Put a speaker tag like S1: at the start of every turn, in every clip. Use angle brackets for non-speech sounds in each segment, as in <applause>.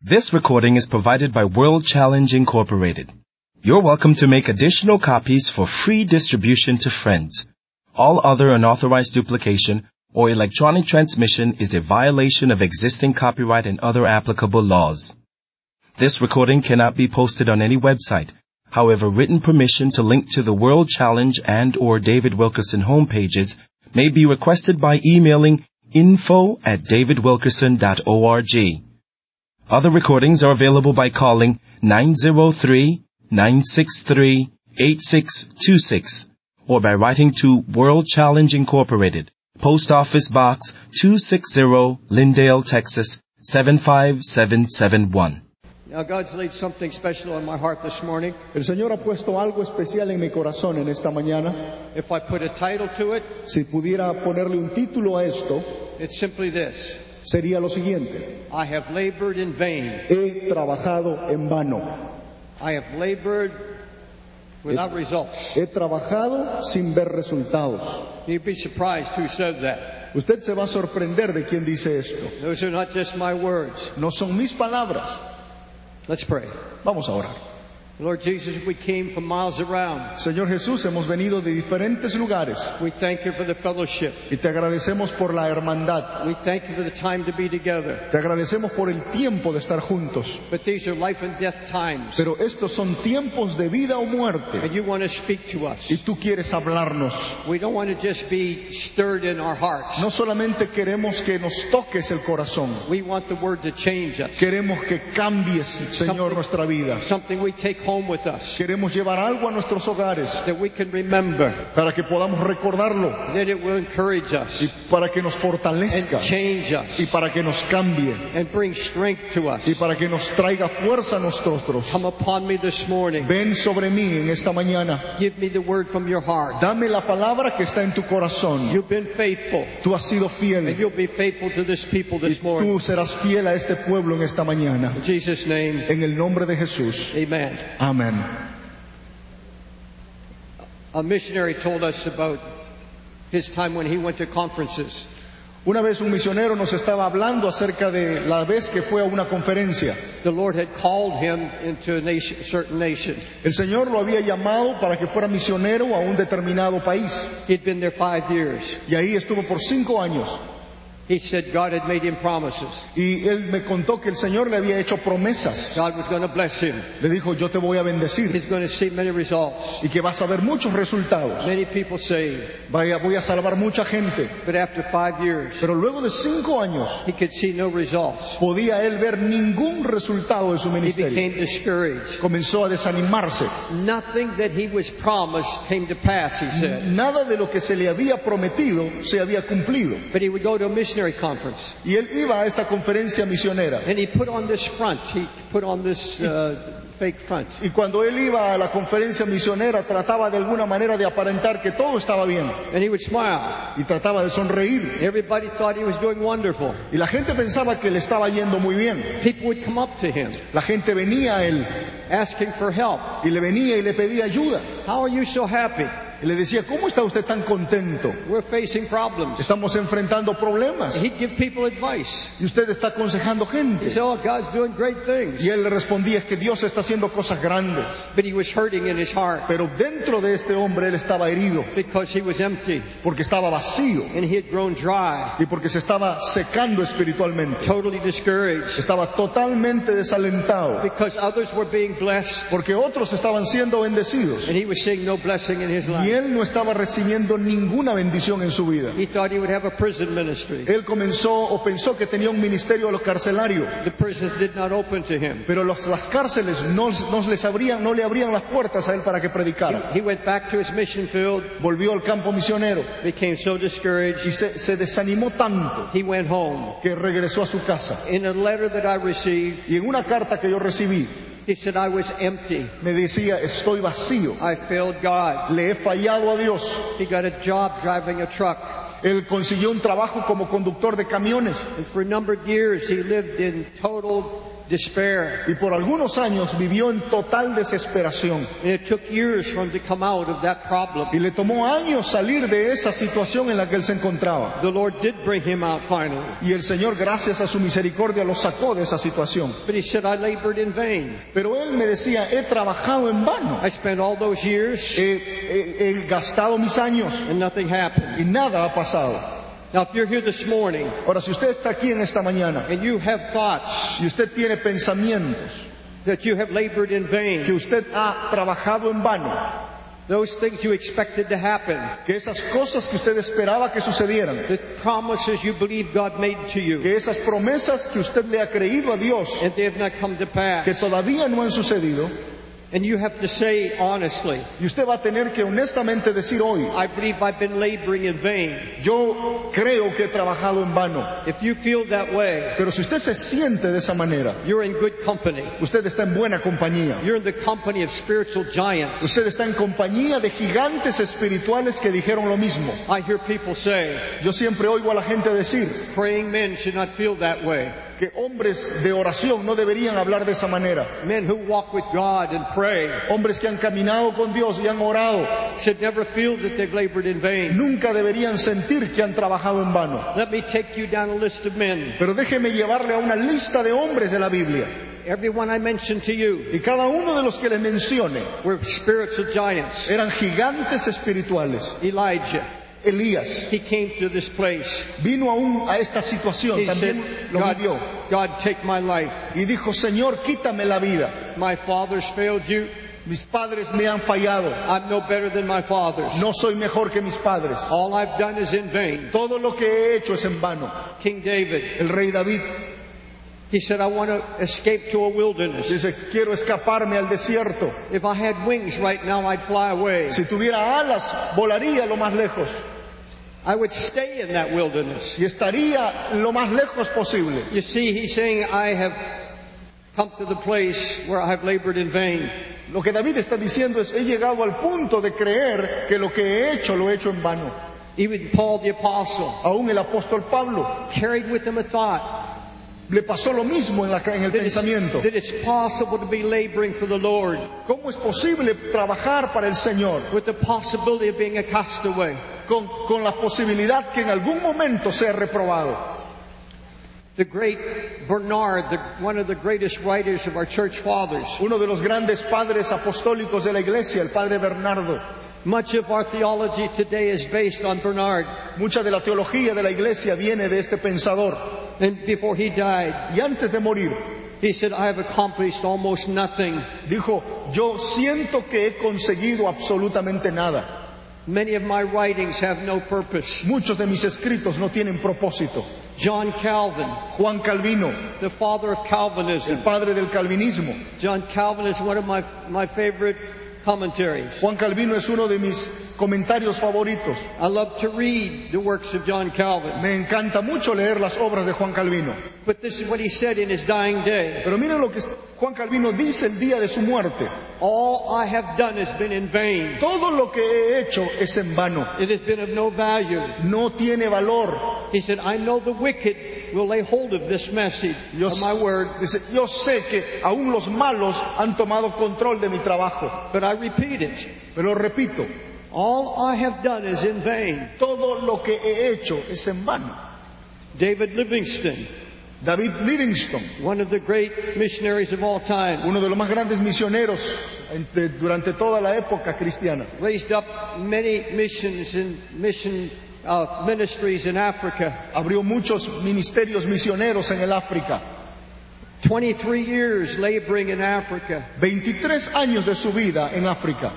S1: This recording is provided by World Challenge Incorporated. You're welcome to make additional copies for free distribution to friends. All other unauthorized duplication or electronic transmission is a violation of existing copyright and other applicable laws. This recording cannot be posted on any website. However, written permission to link to the World Challenge and or David Wilkerson homepages may be requested by emailing info at davidwilkerson.org. Other recordings are available by calling 903-963-8626 or by writing to World Challenge Incorporated, Post Office Box 260, Lindale, Texas 75771.
S2: Now, God's laid something special on my heart this morning.
S3: El Señor ha puesto algo especial en mi corazón en esta mañana.
S2: If I put a title to it,
S3: Si pudiera ponerle un título a esto,
S2: it's simply this
S3: sería lo siguiente.
S2: I have labored in vain.
S3: He trabajado en vano.
S2: I have labored without results.
S3: He trabajado sin ver resultados.
S2: You'd be surprised who said that.
S3: Usted se va a sorprender de quien dice esto.
S2: Those are not just my words.
S3: No son mis palabras.
S2: Let's pray.
S3: Vamos a orar.
S2: Lord Jesus, we came from miles around.
S3: Señor Jesús, hemos venido de diferentes lugares
S2: We thank you for the fellowship.
S3: y te agradecemos por la hermandad.
S2: We thank you for the time to be together.
S3: Te agradecemos por el tiempo de estar juntos.
S2: But these are life and death times.
S3: Pero estos son tiempos de vida o muerte.
S2: And you want to speak to us.
S3: Y tú quieres hablarnos.
S2: We don't want to just be stirred in our hearts.
S3: No solamente queremos que nos toques el corazón,
S2: We want the word to change us.
S3: queremos que cambies, Señor, nuestra vida.
S2: Something we take home with us
S3: Queremos llevar algo a nuestros hogares
S2: that we can remember,
S3: para que podamos recordarlo
S2: that it will encourage us
S3: y para que nos
S2: and
S3: fortalezca
S2: change us
S3: y para que nos cambie
S2: and bring strength to us.
S3: y para que nos traiga fuerza a nosotros.
S2: Come upon me this morning.
S3: Ven sobre mí en esta mañana.
S2: Give me the word from your heart.
S3: Dame la palabra que está en tu corazón.
S2: You've been faithful,
S3: Tú has sido
S2: and
S3: fiel
S2: you'll be faithful to this people
S3: y
S2: this morning.
S3: tú serás fiel a este pueblo en esta mañana.
S2: In Jesus' name,
S3: En el nombre de Jesús.
S2: amen.
S3: Amén.
S2: A missionary told us about his time when he went to conferences.
S3: Una vez un misionero nos estaba hablando acerca de la vez que fue a una conferencia.
S2: The Lord had called him into a nation, certain nation.
S3: El Señor lo había llamado para que fuera misionero a un determinado país.
S2: He'd been there five years.
S3: Y ahí estuvo por cinco años.
S2: He said God had made him promises.
S3: Y él me contó que el Señor le había hecho promesas.
S2: God was going to bless him.
S3: Le dijo, yo te voy a bendecir
S2: He's going to see many results.
S3: y que vas a ver muchos resultados.
S2: Many people say,
S3: Vaya, voy a salvar mucha gente.
S2: but after five years,
S3: Pero luego de cinco años
S2: he could see no results.
S3: podía él ver ningún resultado de su
S2: He
S3: ministerio.
S2: became discouraged.
S3: Comenzó a desanimarse.
S2: Nothing that he was promised came to pass, he said.
S3: Nada de lo que se le había prometido se había cumplido.
S2: But he would go to a missionary conference,
S3: Y él iba a esta conferencia misionera.
S2: and he put on this front. He put on this uh, fake front.
S3: Y cuando él iba a la conferencia misionera trataba de alguna manera de aparentar que todo estaba bien.
S2: And he would smile.
S3: Y trataba de sonreír.
S2: Everybody thought he was doing wonderful.
S3: Y la gente pensaba que le estaba yendo muy bien.
S2: People would come up to him,
S3: La gente venía a él
S2: asking for help.
S3: y le venía y le pedía ayuda.
S2: How are you so happy?
S3: Y le decía, ¿cómo está usted tan contento?
S2: We're facing problems.
S3: Estamos enfrentando problemas.
S2: He'd give people advice.
S3: Y usted está aconsejando
S2: He
S3: gente.
S2: said, Oh, God's doing great things.
S3: Y él le respondía, es que Dios está haciendo cosas grandes.
S2: But he was hurting in his heart
S3: Pero dentro de este hombre él estaba herido
S2: because he was empty
S3: porque estaba vacío
S2: and he had grown dry,
S3: y porque se estaba secando espiritualmente.
S2: totally discouraged
S3: Estaba totalmente desalentado
S2: because others were being blessed
S3: porque otros estaban siendo bendecidos
S2: and he was seeing no blessing in his
S3: y
S2: life.
S3: él no estaba recibiendo ninguna bendición en su vida.
S2: He thought he would have a prison ministry.
S3: Él comenzó o pensó que tenía un ministerio de los carcelarios,
S2: The prisons did not open to him.
S3: pero los- las cárceles no, no les abrían, no le abrían las puertas a él para que predicara.
S2: He went back to his mission field,
S3: Volvió al campo misionero
S2: became so
S3: y
S2: discouraged,
S3: se, se desanimó tanto
S2: he went home.
S3: que regresó a su casa.
S2: In a letter that I received,
S3: Y en una carta que yo recibí
S2: he said, I was empty.
S3: me decía, estoy vacío,
S2: I failed God.
S3: le he fallado a Dios.
S2: He got a job driving a truck.
S3: Él consiguió un trabajo como conductor de camiones
S2: And for a number of years, he lived in total despair.
S3: y por algunos años vivió en total desesperación.
S2: And it took years for him to come out of that problem.
S3: Y le tomó años salir de esa situación en la que él se encontraba.
S2: The Lord did bring him out finally.
S3: Y el Señor, gracias a su misericordia, lo sacó de esa situación.
S2: But he said, I labored in vain.
S3: Pero él me decía, he trabajado en vano,
S2: I spent all those years
S3: he, he- he gastado mis años
S2: and nothing happened.
S3: y nada ha pasado.
S2: Now, if you're here this morning
S3: Ahora, si usted está aquí en esta mañana
S2: and you have thoughts
S3: y usted tiene pensamientos
S2: that you have labored in
S3: que
S2: vain,
S3: usted ha trabajado en vano,
S2: those things you expected to happen,
S3: que esas cosas que usted esperaba que sucedieran,
S2: the promises you believe God made to you,
S3: que esas promesas que usted le ha creído a Dios,
S2: and they have not come to
S3: que
S2: pass,
S3: todavía no han sucedido,
S2: and you have to say honestly,
S3: y usted va a tener que honestamente decir hoy,
S2: I believe I've been laboring in vain.
S3: yo creo que he trabajado en vano.
S2: If you feel that way,
S3: Pero si usted se siente de esa manera,
S2: you're in good company.
S3: usted está en buena compañía.
S2: You're in the company of spiritual giants.
S3: Usted está en compañía de gigantes espirituales que dijeron lo mismo.
S2: I hear people say,
S3: Yo siempre oigo a la gente decir,
S2: praying men should not feel that way.
S3: que hombres de oración no deberían hablar de esa manera.
S2: Men who walk with God and pray
S3: Hombres que han caminado con Dios y han orado
S2: should never feel that they've labored in vain.
S3: nunca deberían sentir que han trabajado en vano.
S2: Let me take you down a list of men.
S3: Pero déjeme llevarle a una lista de hombres de la Biblia.
S2: Everyone I mentioned to you
S3: Y cada uno de los que le mencione
S2: were spiritual giants.
S3: eran gigantes espirituales.
S2: Elijah,
S3: Elías
S2: he came to this place.
S3: vino aún a esta situación,
S2: He
S3: también
S2: said,
S3: lo
S2: God,
S3: vivió.
S2: God, take my life.
S3: Y dijo, Señor, quítame la vida.
S2: My fathers failed you.
S3: Mis padres me han fallado.
S2: I'm no better than my fathers.
S3: No soy mejor que mis padres.
S2: All I've done is in vain.
S3: Todo lo que he hecho es en vano.
S2: King David,
S3: El rey David
S2: he said, I want to escape to a wilderness.
S3: Dice, quiero escaparme al desierto.
S2: If I had wings right now, I'd fly away.
S3: Si tuviera alas, volaría lo más lejos
S2: I would stay in that wilderness.
S3: y estaría lo más lejos posible.
S2: You see, he's saying, I have come to the place where I have labored in vain.
S3: Lo que David está diciendo es, he llegado al punto de creer que lo que he hecho lo he hecho en vano.
S2: Even Paul the Apostle
S3: Aún el apóstol Pablo
S2: carried with him a thought
S3: le pasó lo mismo en, la- en el
S2: that it's,
S3: pensamiento.
S2: that it's possible to be laboring for the Lord
S3: ¿Cómo es posible trabajar para el Señor
S2: with the possibility of being a castaway.
S3: con, con la posibilidad que en algún momento sea reprobado?
S2: The great Bernard, the, one of the greatest writers of our church fathers,
S3: Uno de los grandes padres apostólicos de la iglesia, el padre Bernardo,
S2: much of our theology today is based on Bernard.
S3: Mucha de la teología de la iglesia viene de este pensador.
S2: And before he died,
S3: Y antes de morir,
S2: he said, I have accomplished almost nothing.
S3: dijo, yo siento que he conseguido absolutamente nada.
S2: Many of my writings have no purpose.
S3: Muchos de mis escritos no tienen propósito.
S2: John Calvin,
S3: Juan Calvino,
S2: the father of
S3: el
S2: Calvinism.
S3: padre del calvinismo.
S2: John Calvin is one of my, my favorite commentaries.
S3: Juan Calvino es uno de mis comentarios favoritos.
S2: I love to read the works of John Calvin.
S3: Me encanta mucho leer las obras de Juan Calvino.
S2: But this is what he said in his dying day.
S3: Pero miren lo que Juan Calvino dice el día de su muerte.
S2: All I have done has been in vain.
S3: Todo lo que he hecho es en vano.
S2: It has been of no value.
S3: No tiene valor.
S2: He said, I know the wicked will lay hold of this message
S3: Yo,
S2: of my word,
S3: dice, yo sé que aún los malos han tomado control de mi trabajo,
S2: but I repeat it.
S3: pero repito,
S2: All I have done is in vain.
S3: todo lo que he hecho es en vano.
S2: David Livingston,
S3: David Livingstone,
S2: one of the great missionaries of all time,
S3: uno de los más grandes misioneros en- de- durante toda la época cristiana,
S2: raised up many missions and mission uh, ministries in Africa.
S3: abrió muchos ministerios misioneros en el África.
S2: 23 years laboring in Africa.
S3: 23 años de su vida en África.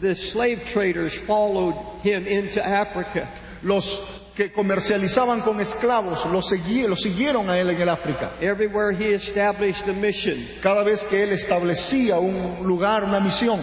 S2: The slave traders followed him into Africa.
S3: Los que comercializaban con esclavos lo, segui- lo siguieron a él en el África.
S2: Everywhere he established a mission,
S3: Cada vez que él establecía un lugar, una misión,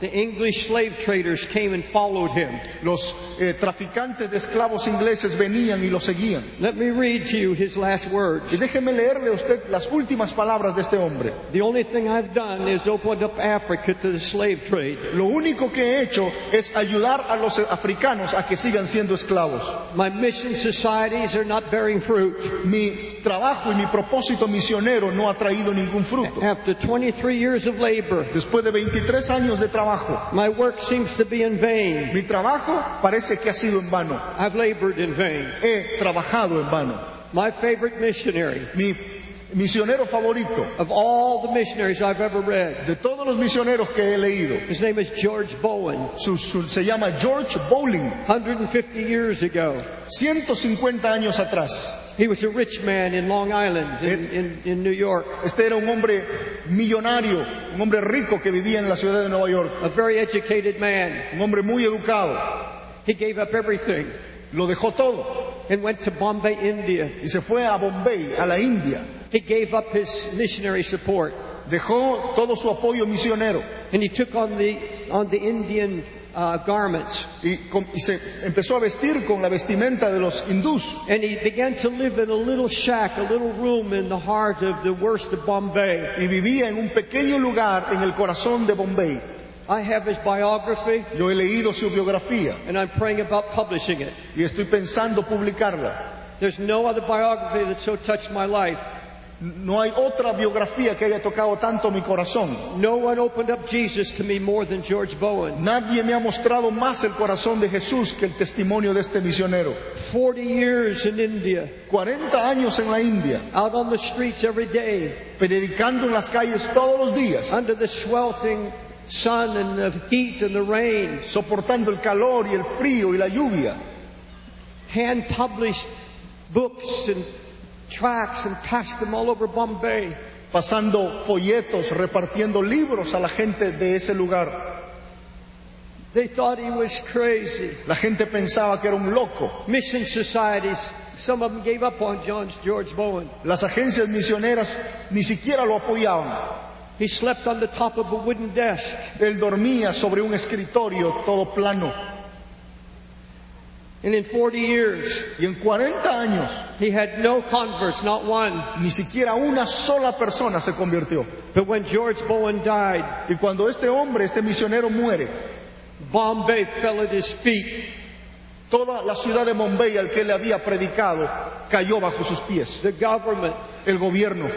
S2: The English slave traders came and followed him.
S3: Los eh, traficantes de esclavos ingleses venían y lo seguían.
S2: Let me read to you his last
S3: Y
S2: words.
S3: déjeme leerle a usted las últimas palabras de este hombre.
S2: The only thing I've done is opened up Africa to the slave trade.
S3: Lo único que he hecho es ayudar a los africanos a que sigan siendo esclavos.
S2: My mission societies are not bearing fruit.
S3: Mi trabajo y mi propósito misionero no ha traído ningún fruto.
S2: After 23 years of labor,
S3: Después de 23 años de trabajo,
S2: my work seems to be in vain.
S3: mi trabajo parece que ha sido en vano.
S2: I've labored in vain.
S3: He trabajado en vano.
S2: My favorite missionary
S3: Mi misionero favorito
S2: of all the missionaries I've ever read,
S3: de todos los misioneros que he leído,
S2: his name is George Bowen.
S3: su- su- se llama George Bowling.
S2: 150 years ago,
S3: 150 años atrás,
S2: he was a rich man in Long Island in, in, in New York,
S3: este era un hombre millonario, un hombre rico que vivía en la ciudad de Nueva York,
S2: a very educated man.
S3: un hombre muy educado.
S2: He gave up everything
S3: Lo dejó todo
S2: and went to Bombay, India.
S3: y se fue a Bombay, a la India.
S2: He gave up his missionary support
S3: Dejó todo su apoyo misionero
S2: and he took on the, on the Indian uh, garments
S3: y, com- y se empezó a vestir con la vestimenta de los hindús.
S2: and he began to live in a little shack, a little room in the heart of the worst of Bombay.
S3: Y vivía en un pequeño lugar en el corazón de Bombay.
S2: I have his biography
S3: Yo he leído su biografía
S2: and I'm praying about publishing it.
S3: y estoy pensando publicarla.
S2: There's no other biography that so touched my life.
S3: No hay otra biografía que haya tocado tanto mi corazón.
S2: No one opened up Jesus to me more than George Bowen.
S3: Nadie me ha mostrado más el corazón de Jesús que el testimonio de este misionero.
S2: 40 years in India,
S3: 40 años en la India,
S2: out on the streets every day,
S3: predicando en las calles todos los días,
S2: under the sweltering sun and the heat and the rain,
S3: soportando el calor y el frío y la lluvia,
S2: hand published books and tracts and passed them all over Bombay.
S3: pasando folletos, repartiendo libros a la gente de ese lugar.
S2: They thought he was crazy.
S3: La gente pensaba que era un loco.
S2: Mission societies, some of them gave up on John's George Bowen.
S3: Las agencias misioneras ni siquiera lo apoyaban.
S2: He slept on the top of a wooden desk.
S3: Él dormía sobre un escritorio todo plano.
S2: And in 40 years,
S3: Y en 40 años,
S2: he had no converts, not one.
S3: ni siquiera una sola persona se convirtió.
S2: But when George Bowen died,
S3: Y cuando este hombre, este misionero muere,
S2: Bombay fell at his feet.
S3: toda la ciudad de Bombay al que le había predicado cayó bajo sus pies.
S2: The government,
S3: El gobierno,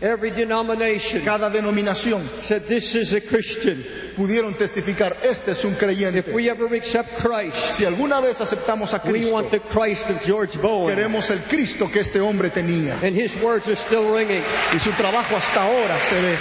S2: every denomination
S3: cada denominación
S2: said, This is a Christian.
S3: pudieron testificar, este es un
S2: If
S3: creyente.
S2: we ever accept Christ,
S3: Si alguna vez aceptamos a
S2: we want the
S3: Cristo,
S2: Christ of George Bowen.
S3: queremos el Cristo que este hombre tenía.
S2: And his words are still ringing.
S3: Y su trabajo hasta ahora se ve.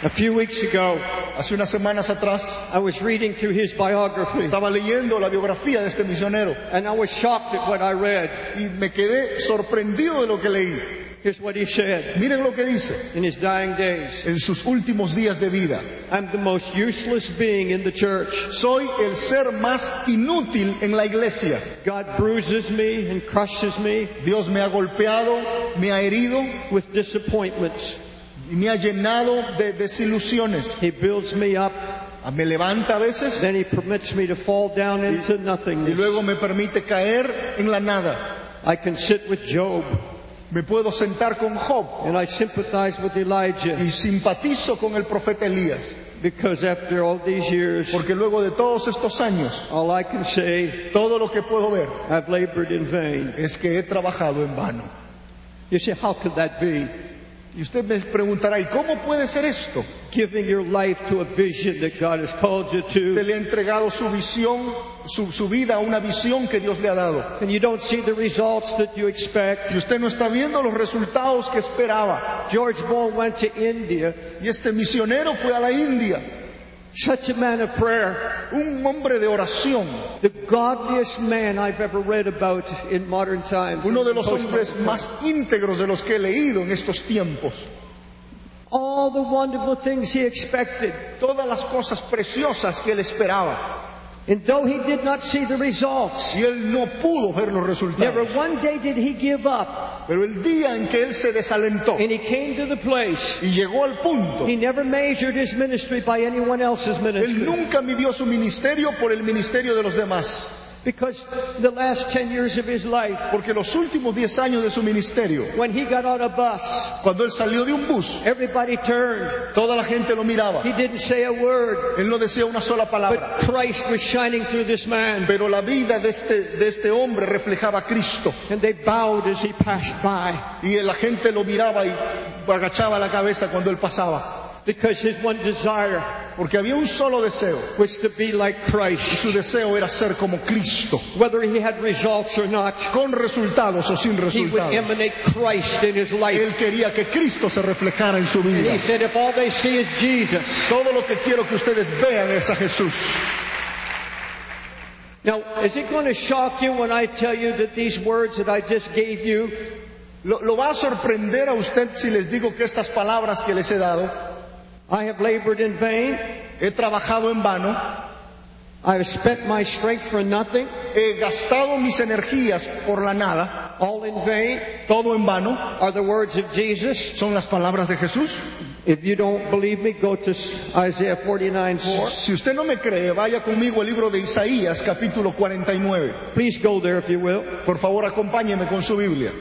S2: A few weeks ago,
S3: Hace unas semanas atrás
S2: I was reading through his biography,
S3: estaba leyendo la biografía de este misionero
S2: and I was shocked at what I read.
S3: y me quedé sorprendido de lo que leí.
S2: Here's what he said
S3: Miren lo que dice.
S2: in his dying days
S3: En sus últimos días de vida,
S2: I'm the most useless being in the church.
S3: Soy el ser más inútil en la iglesia.
S2: God bruises me and crushes me
S3: Dios me ha golpeado, me ha herido
S2: with disappointments.
S3: y me ha llenado de desilusiones.
S2: He builds me up
S3: Me levanta a veces
S2: Then he permits me to fall down into
S3: y
S2: nothingness.
S3: luego me permite caer en la nada.
S2: I can sit with Job,
S3: Me puedo sentar con Job
S2: and I sympathize with
S3: y
S2: Elijah,
S3: simpatizo con el profeta Elías,
S2: because after all these years,
S3: porque luego de todos estos años,
S2: all I can say,
S3: todo lo que puedo ver
S2: I've labored in vain.
S3: es que he trabajado en vano.
S2: You say, how could that be?
S3: Y usted me preguntará, ¿y cómo puede ser esto?
S2: Giving your life to a vision that God has called you
S3: Usted
S2: to,
S3: le ha entregado su visión, su, su vida a una visión que Dios le ha dado.
S2: and you don't see the results that you expect.
S3: Y usted no está viendo los resultados que esperaba.
S2: George Moore went to India,
S3: Y este misionero fue a la India,
S2: such a man of prayer,
S3: un hombre de oración,
S2: the godliest man I've ever read about in modern times.
S3: uno de los hombres más íntegros de los que he leído en estos tiempos.
S2: All the wonderful things he expected.
S3: Todas las cosas preciosas que él esperaba.
S2: And though he did not see the results,
S3: Y él no pudo ver los
S2: never
S3: resultados.
S2: one day did he give up.
S3: Pero el día en que él se desalentó
S2: And he came to the place.
S3: y llegó al punto,
S2: He never measured his ministry by anyone else's
S3: él
S2: ministry.
S3: nunca midió su ministerio por el ministerio de los demás.
S2: Because the last 10 years of his life,
S3: Porque los últimos 10 años de su ministerio,
S2: when he got on a bus,
S3: cuando él salió de un bus,
S2: everybody turned.
S3: toda la gente lo miraba.
S2: He didn't say a word.
S3: Él no decía una sola palabra.
S2: But Christ was shining through this man.
S3: Pero la vida de este, de este hombre reflejaba a Cristo.
S2: And they bowed as he passed by.
S3: Y la gente lo miraba y agachaba la cabeza cuando él pasaba.
S2: Because his one desire
S3: Porque había un solo deseo.
S2: was to be like Christ.
S3: Su deseo era ser como Cristo.
S2: Whether he had results or not,
S3: Con resultados o sin
S2: he would
S3: resultados.
S2: emanate Christ in his life.
S3: Él quería que Cristo se reflejara en su
S2: And
S3: vida.
S2: he said, if all they see is Jesus.
S3: Todo lo que quiero que ustedes vean es a Jesús.
S2: Now, is it going to shock you when I tell you that these words that I just gave you
S3: Lo, lo va a sorprender a usted si les digo que estas palabras que les he dado,
S2: I have labored in vain.
S3: he trabajado en vano,
S2: I have spent my strength for nothing,
S3: he gastado mis energías por la nada,
S2: all in vain,
S3: todo en vano,
S2: are the words of Jesus.
S3: son las palabras de Jesús.
S2: If you don't believe me, go to Isaiah 49 4.
S3: Si usted no me cree, vaya conmigo al libro de Isaías, capítulo 49.
S2: Please go there if you will.
S3: Por favor, acompáñeme con su Biblia.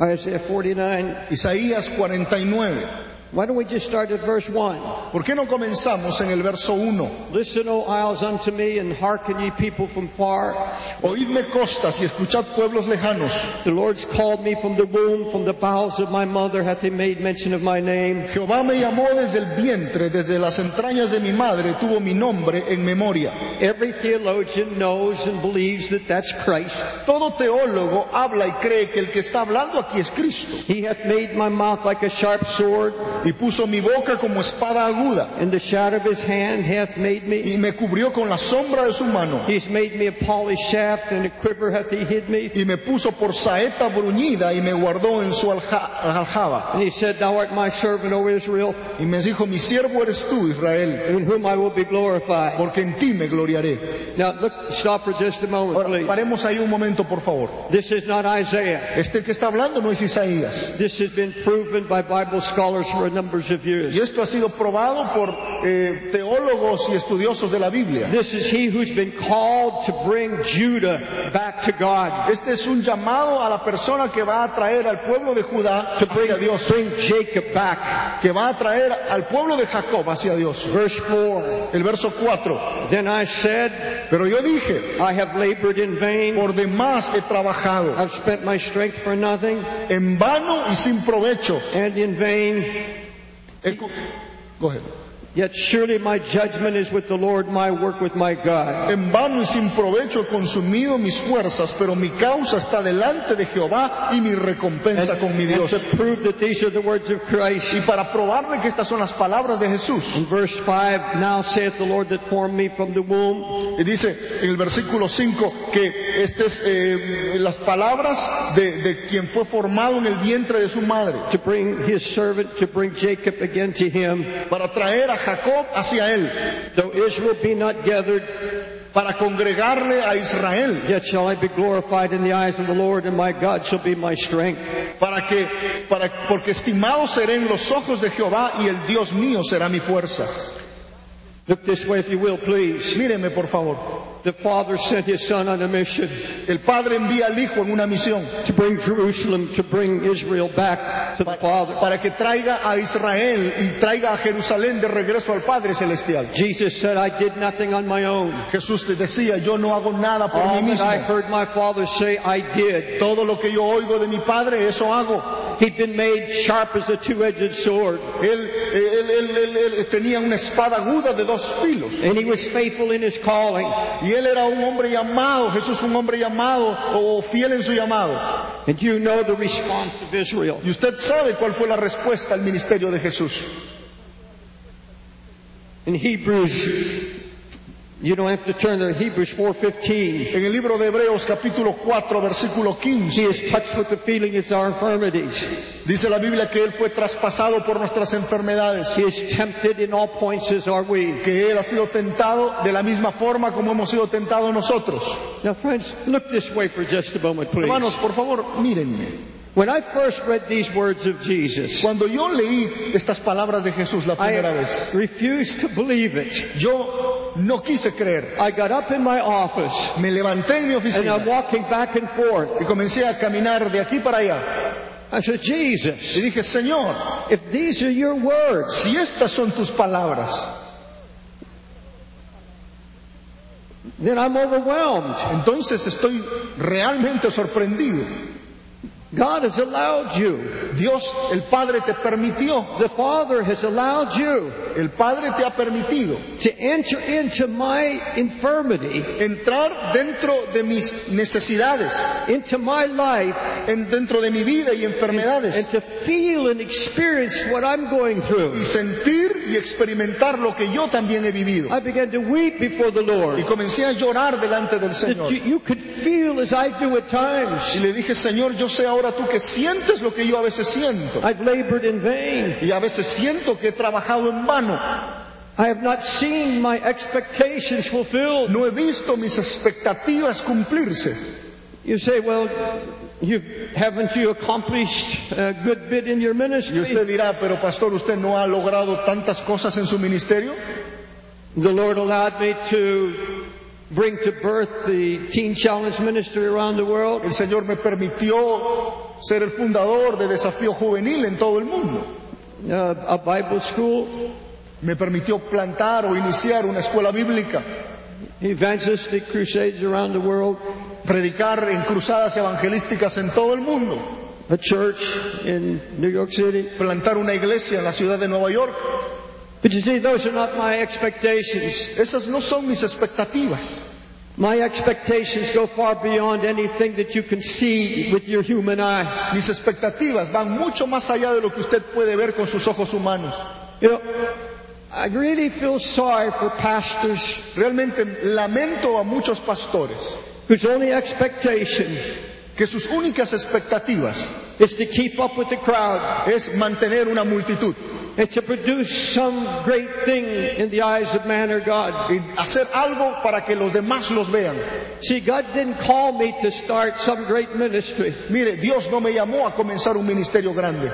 S2: Isaiah 49.
S3: Isaías 49.
S2: Why don't we just start at verse 1?
S3: ¿Por qué no comenzamos en el verso 1?
S2: Listen, O isles, unto me, and hearken, ye people from far.
S3: Oídme costas y escuchad pueblos lejanos.
S2: The Lord's called me from the womb, from the bowels of my mother hath he made mention of my name.
S3: Jehová me llamó desde el vientre, desde las entrañas de mi madre, tuvo mi nombre en memoria.
S2: Every theologian knows and believes that that's Christ.
S3: Todo teólogo habla y cree que el que está hablando aquí es Cristo.
S2: He hath made my mouth like a sharp sword,
S3: Y puso mi boca como espada aguda,
S2: and the shadow of his hand hath made me.
S3: y me cubrió con la sombra de su mano,
S2: He's made me a polished shaft, and a quiver hath he hid me.
S3: y me puso por saeta bruñida, y me guardó en su alja- aljaba.
S2: And he said, Thou art my servant, O Israel,
S3: Y me dijo, mi siervo eres tú, Israel,
S2: in whom I will be glorified.
S3: porque en ti me gloriaré.
S2: Now look, stop for just a moment,
S3: Ahora,
S2: please.
S3: paremos ahí un momento, por favor.
S2: This is not Isaiah.
S3: Este que está hablando no es Isaías.
S2: This has been proven by Bible scholars for a number of
S3: Y
S2: years.
S3: esto ha sido probado por eh, teólogos y estudiosos de la Biblia.
S2: This is he who's been called to bring Judah back to God,
S3: Este es un llamado a la persona que va a traer al pueblo de Judá
S2: to bring,
S3: hacia Dios,
S2: bring Jacob back.
S3: que va a traer al pueblo de Jacob hacia Dios.
S2: Verse 4.
S3: El verso 4.
S2: Then I said,
S3: Pero yo dije,
S2: I have labored in vain.
S3: por demás he trabajado,
S2: I've spent my strength for nothing,
S3: en vano y sin provecho.
S2: and in vain.
S3: He cu- Go ahead.
S2: Yet surely my judgment is with the Lord, my work with my God.
S3: En vano y sin provecho he consumido mis fuerzas, pero mi causa está delante de Jehová y mi
S2: And,
S3: recompensa con mi
S2: and
S3: Dios.
S2: to prove that these are the words of
S3: Y
S2: Christ,
S3: para probarle que estas son las palabras de Jesús,
S2: in verse 5, now saith the Lord that formed me from the womb,
S3: Y dice en el versículo 5 que estas es eh, las palabras de, de quien fue formado en el vientre de su madre
S2: to bring his servant, to bring Jacob again to him.
S3: para traer a Jacob hacia él,
S2: Though Israel be not gathered,
S3: para congregarle a Israel,
S2: yet shall I be glorified in the eyes of the Lord, and my God shall be my strength.
S3: para que, para, porque estimado seré en los ojos de Jehová y el Dios mío será mi fuerza.
S2: Look this way, if you will, please.
S3: Míreme por favor,
S2: The Father sent his Son on a mission.
S3: el Padre envía al Hijo en una misión
S2: to bring Jerusalem, to bring Israel back to the Father.
S3: para que traiga a Israel y traiga a Jerusalén de regreso al Padre Celestial.
S2: Jesus said, I did nothing on my own.
S3: Jesús te decía, yo no hago nada por
S2: All
S3: mí
S2: that
S3: mismo.
S2: Oh, I heard my Father say, I did.
S3: Todo lo que yo oigo de mi padre, eso hago.
S2: He'd been made sharp as a two-edged sword,
S3: Él, él- él- él- él tenía una espada aguda de dos filos.
S2: and he was faithful in his calling,
S3: Y él era un hombre llamado, Jesús un hombre llamado o fiel en su llamado.
S2: and you know the response of Israel.
S3: Y usted sabe cuál fue la respuesta al ministerio de Jesús.
S2: In Hebrews You don't have to turn to Hebrews 4.15.
S3: En el libro de Hebreos capítulo 4 versículo 15
S2: He is touched with the feeling of our infirmities.
S3: dice la Biblia que Él fue traspasado por nuestras enfermedades,
S2: He is tempted in all points as are we.
S3: que Él ha sido tentado de la misma forma como hemos sido tentados nosotros.
S2: Now friends, look this way for just a moment,
S3: Hermanos,
S2: please.
S3: por favor, mírenme.
S2: When I first read these words of Jesus,
S3: Cuando yo leí estas palabras de Jesús la primera
S2: I
S3: vez,
S2: refused to believe it.
S3: yo no quise creer.
S2: I got up in my office
S3: Me levanté en mi
S2: and
S3: oficina
S2: I'm walking back and forth.
S3: y comencé a caminar de aquí para allá.
S2: I said, Jesus,
S3: Y dije, Señor,
S2: if these are your words,
S3: si estas son tus palabras,
S2: then I'm overwhelmed.
S3: entonces estoy realmente sorprendido.
S2: God has allowed you.
S3: Dios, el Padre, te permitió,
S2: The Father has allowed you
S3: el Padre te ha permitido
S2: to enter into my infirmity,
S3: entrar dentro de mis necesidades,
S2: into my life,
S3: en- dentro de mi vida y
S2: and
S3: enfermedades,
S2: to feel and experience what I'm going through.
S3: y sentir y experimentar lo que yo también he vivido.
S2: I began to weep before the
S3: Y
S2: Lord.
S3: comencé a llorar delante del
S2: That
S3: Señor.
S2: you, you could feel as I do at
S3: Y
S2: times.
S3: le dije, Señor, yo sé ahora tú que sientes lo que yo a veces siento.
S2: I've labored in vain.
S3: Y a veces siento que he trabajado en vano.
S2: I have not seen my expectations fulfilled.
S3: No he visto mis expectativas cumplirse.
S2: You say, well, you, haven't you accomplished a good bit in your
S3: Y usted
S2: ministry?
S3: dirá, pero pastor, ¿usted no ha logrado tantas cosas en su ministerio?
S2: The Lord allowed me to bring to birth the Teen Challenge Ministry around the world.
S3: El Señor me permitió ser el fundador de Desafío Juvenil en todo el mundo.
S2: uh, a Bible school,
S3: Me permitió plantar o iniciar una escuela bíblica,
S2: evangelistic crusades around the world,
S3: predicar en cruzadas evangelísticas en todo el mundo,
S2: a church in New York City.
S3: plantar una iglesia en la ciudad de Nueva York.
S2: But you see, those are not my expectations.
S3: Esas no son mis expectativas.
S2: My expectations go far beyond anything that you can see with your human eye.
S3: Mis expectativas van mucho más allá de lo que usted puede ver con sus ojos humanos.
S2: You know, I really feel sorry for pastors
S3: Realmente lamento a muchos pastores
S2: whose only expectation
S3: que sus únicas expectativas
S2: is to keep up with the crowd
S3: es mantener una multitud
S2: and to produce some great thing in the eyes of man or God.
S3: y hacer algo para que los demás los vean.
S2: See, God didn't call me to start some great ministry.
S3: Mire, Dios no me llamó a comenzar un ministerio grande.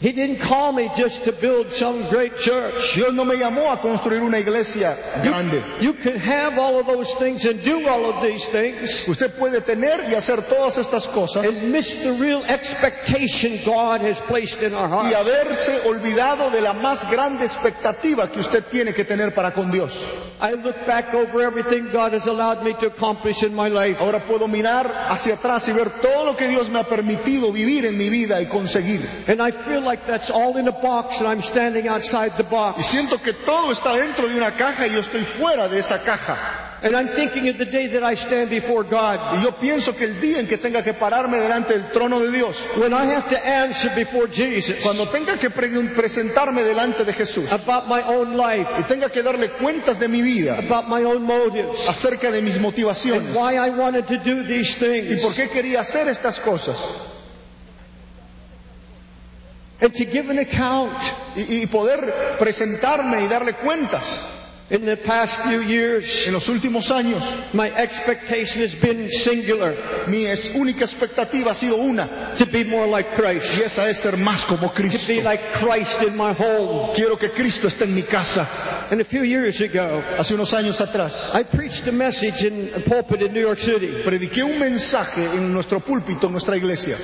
S2: He didn't call me just to build some great church.
S3: Dios no me llamó a construir una iglesia grande.
S2: You can have all of those things and do all of these things
S3: Usted puede tener y hacer todas estas cosas
S2: and miss the real expectation God has placed in our
S3: y
S2: hearts.
S3: haberse olvidado de la más grande expectativa que usted tiene que tener para con Dios.
S2: I look back over everything God has allowed me to accomplish in my life.
S3: Ahora puedo mirar hacia atrás y ver todo lo que Dios me ha permitido vivir en mi vida y conseguir.
S2: And I feel like that's all in a box and I'm standing outside the
S3: Y
S2: box.
S3: siento que todo está dentro de una caja y yo estoy fuera de esa caja.
S2: And I'm thinking of the day that I stand before God
S3: Y yo pienso que el día en que tenga que pararme delante del trono de Dios,
S2: when I have to answer before Jesus
S3: cuando tenga que pre- presentarme delante de Jesús
S2: about my own life,
S3: y tenga que darle cuentas de mi vida
S2: about my own motives,
S3: acerca de mis
S2: and
S3: motivaciones
S2: why I wanted to do these
S3: y por
S2: things,
S3: qué quería hacer estas cosas
S2: and to give an account.
S3: y, y poder presentarme y darle cuentas.
S2: In the past few years,
S3: En los últimos años
S2: my expectation has been singular
S3: mi es- única expectativa ha sido una
S2: to be more like
S3: y
S2: Christ,
S3: esa es ser más como
S2: to
S3: Cristo.
S2: be like Christ in my home.
S3: Quiero que Cristo esté en mi casa.
S2: And a few years ago,
S3: Hace unos años atrás
S2: I preached a message in a pulpit in New York City
S3: Prediqué un mensaje en nuestro púlpito, en nuestra iglesia,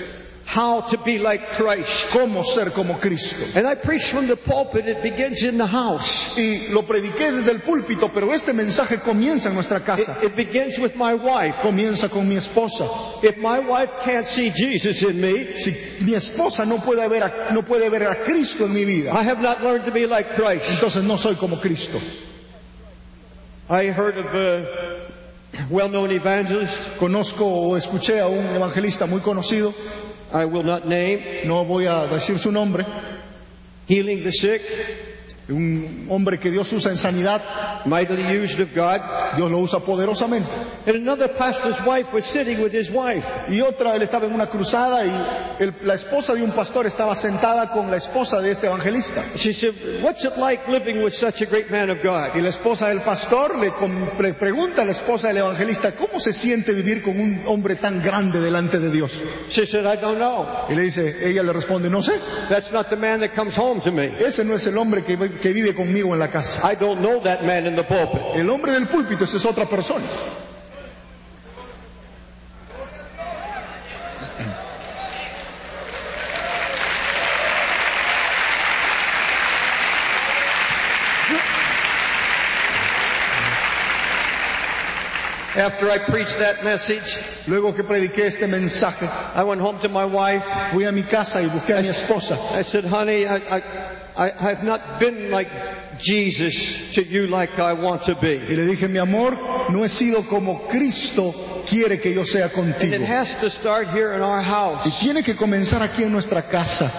S2: how to be like Christ.
S3: cómo ser como Cristo.
S2: And I preached from the pulpit, it begins in the house.
S3: Y lo prediqué desde el púlpito, pero este mensaje comienza en nuestra
S2: It,
S3: casa,
S2: it begins with my wife.
S3: comienza con mi esposa.
S2: If my wife can't see Jesus in me,
S3: Si mi esposa no puede ver a, no puede ver a Cristo en mi vida,
S2: I have not learned to be like Christ.
S3: entonces no soy como Cristo.
S2: I heard of a well-known evangelist,
S3: Conozco o escuché a un evangelista muy conocido,
S2: I will not name,
S3: no voy a decir su nombre,
S2: healing the sick,
S3: un hombre que Dios usa en sanidad,
S2: mightily used of God.
S3: Dios lo usa poderosamente.
S2: And another pastor's wife was sitting with his wife.
S3: Y otra, él estaba en una cruzada y el- la esposa de un pastor estaba sentada con la esposa de este evangelista.
S2: She said, What's it like living with such a great man of
S3: Y
S2: God?
S3: la esposa del pastor le, com- pre- pregunta a la esposa del evangelista, ¿cómo se siente vivir con un hombre tan grande delante de Dios?
S2: She said, I don't know.
S3: Y le dice, ella le responde, no sé,
S2: That's not the man that comes home to me.
S3: ese no es el hombre que, vi- que vive conmigo en la casa.
S2: I don't know that man in the pulpit.
S3: El hombre del púlpito, esa es otra persona.
S2: After I preached that message,
S3: Luego que prediqué este mensaje,
S2: I went home to my wife.
S3: fui a mi casa y busqué a mi esposa.
S2: I said, honey, I, I, I have not been like Jesus to you like I want to
S3: Y
S2: be.
S3: le dije, mi amor, no he sido como Cristo quiere que yo sea
S2: And it
S3: contigo.
S2: has to start here in our
S3: Y
S2: house.
S3: tiene que comenzar aquí en nuestra casa,